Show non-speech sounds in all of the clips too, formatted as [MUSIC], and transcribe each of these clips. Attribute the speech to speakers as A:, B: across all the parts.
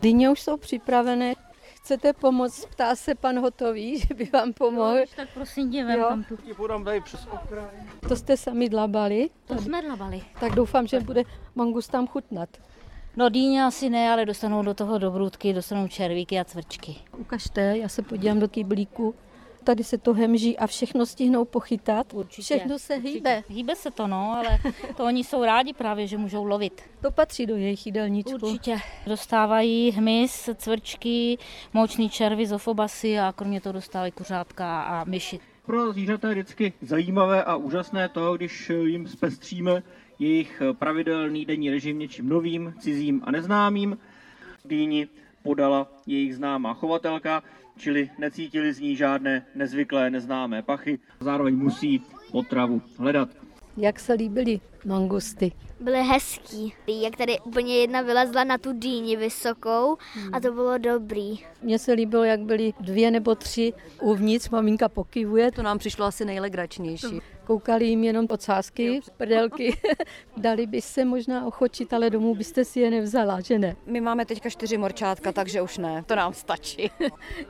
A: Dyně už jsou připravené. Chcete pomoct? Ptá se pan hotový, [LAUGHS] že by vám pomohl.
B: Když tak prosím tě, vem
A: Jo.
B: tam tu.
C: Ti půjdem tady přes okraj.
A: To jste sami dlabali,
B: To jsme dlabali.
A: tak doufám, že bude mangus tam chutnat.
B: No dýně asi ne, ale dostanou do toho dobrůdky, dostanou červíky a cvrčky.
A: Ukažte, já se podívám do kyblíku. Tady se to hemží a všechno stihnou pochytat.
B: Určitě.
A: Všechno se
B: určitě.
A: hýbe.
B: Hýbe se to, no, [LAUGHS] ale to oni jsou rádi právě, že můžou lovit.
A: To patří do jejich jídelníčku.
B: Určitě. Dostávají hmyz, cvrčky, mouční červy, zofobasy a kromě toho dostávají kuřátka a myši.
C: Pro zvířata je vždycky zajímavé a úžasné to, když eh, jim zpestříme jejich eh, pravidelný denní režim něčím novým, cizím a neznámým. Dýni podala jejich známá chovatelka, čili necítili z ní žádné nezvyklé neznámé pachy. Zároveň musí potravu hledat.
A: Jak se líbily mangusty.
D: Byly hezký. Jak tady úplně jedna vylezla na tu dýni vysokou a to bylo dobrý.
A: Mně se líbilo, jak byly dvě nebo tři uvnitř, maminka pokivuje, to nám přišlo asi nejlegračnější. Koukali jim jenom
E: [LAUGHS]
A: ocásky, prdelky, [LAUGHS] dali by se možná ochočit, ale domů byste si je nevzala, že ne?
F: My máme teďka čtyři morčátka, takže už ne, to nám stačí.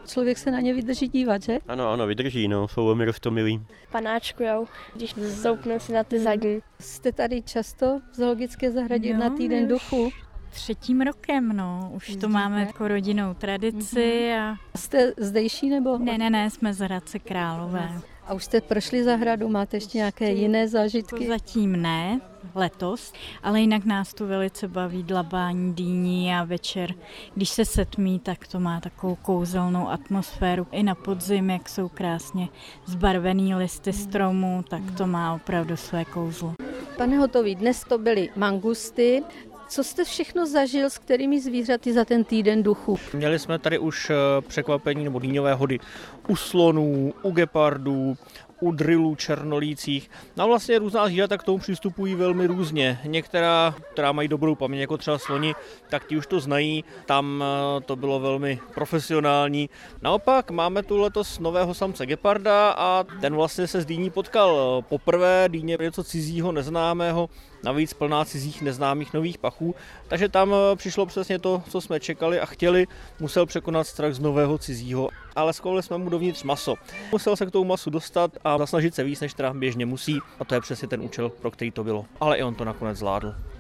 A: Člověk se na ně vydrží dívat, že?
G: Ano, ano, vydrží, no, jsou velmi rostomilí.
H: panáčkujou, když zoupnou si na ty zadní.
A: Jste tady často v zoologické zahradě na
E: No,
A: týden
E: už
A: duchu.
E: Třetím rokem, no, už to máme jako rodinnou tradici a...
A: Jste zdejší nebo?
E: Ne, ne, ne, jsme z Hradce Králové.
A: A už jste prošli zahradu, máte ještě nějaké jiné zážitky?
E: Zatím ne, letos, ale jinak nás tu velice baví dlabání dýní a večer, když se setmí, tak to má takovou kouzelnou atmosféru. I na podzim, jak jsou krásně zbarvený listy stromů, tak to má opravdu své kouzlo.
A: Pane Hotový, dnes to byly mangusty. Co jste všechno zažil, s kterými zvířaty za ten týden duchu?
I: Měli jsme tady už eh, překvapení nebo dýňové hody u slonů, u gepardů, u drillů černolících. No a vlastně různá zvířata k tomu přistupují velmi různě. Některá, která mají dobrou paměť, jako třeba sloni, tak ti už to znají. Tam eh, to bylo velmi profesionální. Naopak máme tu letos nového samce geparda a ten vlastně se s dýní potkal eh, poprvé. Dýně je něco cizího, neznámého, navíc plná cizích neznámých nových pachů. Takže tam eh, přišlo přesně to, co jsme čekali a chtěli. Musel překonat strach z nového cizího, ale skovali jsme mu dovnitř maso. Musel se k tomu masu dostat a zasnažit se víc, než teda běžně musí. A to je přesně ten účel, pro který to bylo. Ale i on to nakonec zvládl.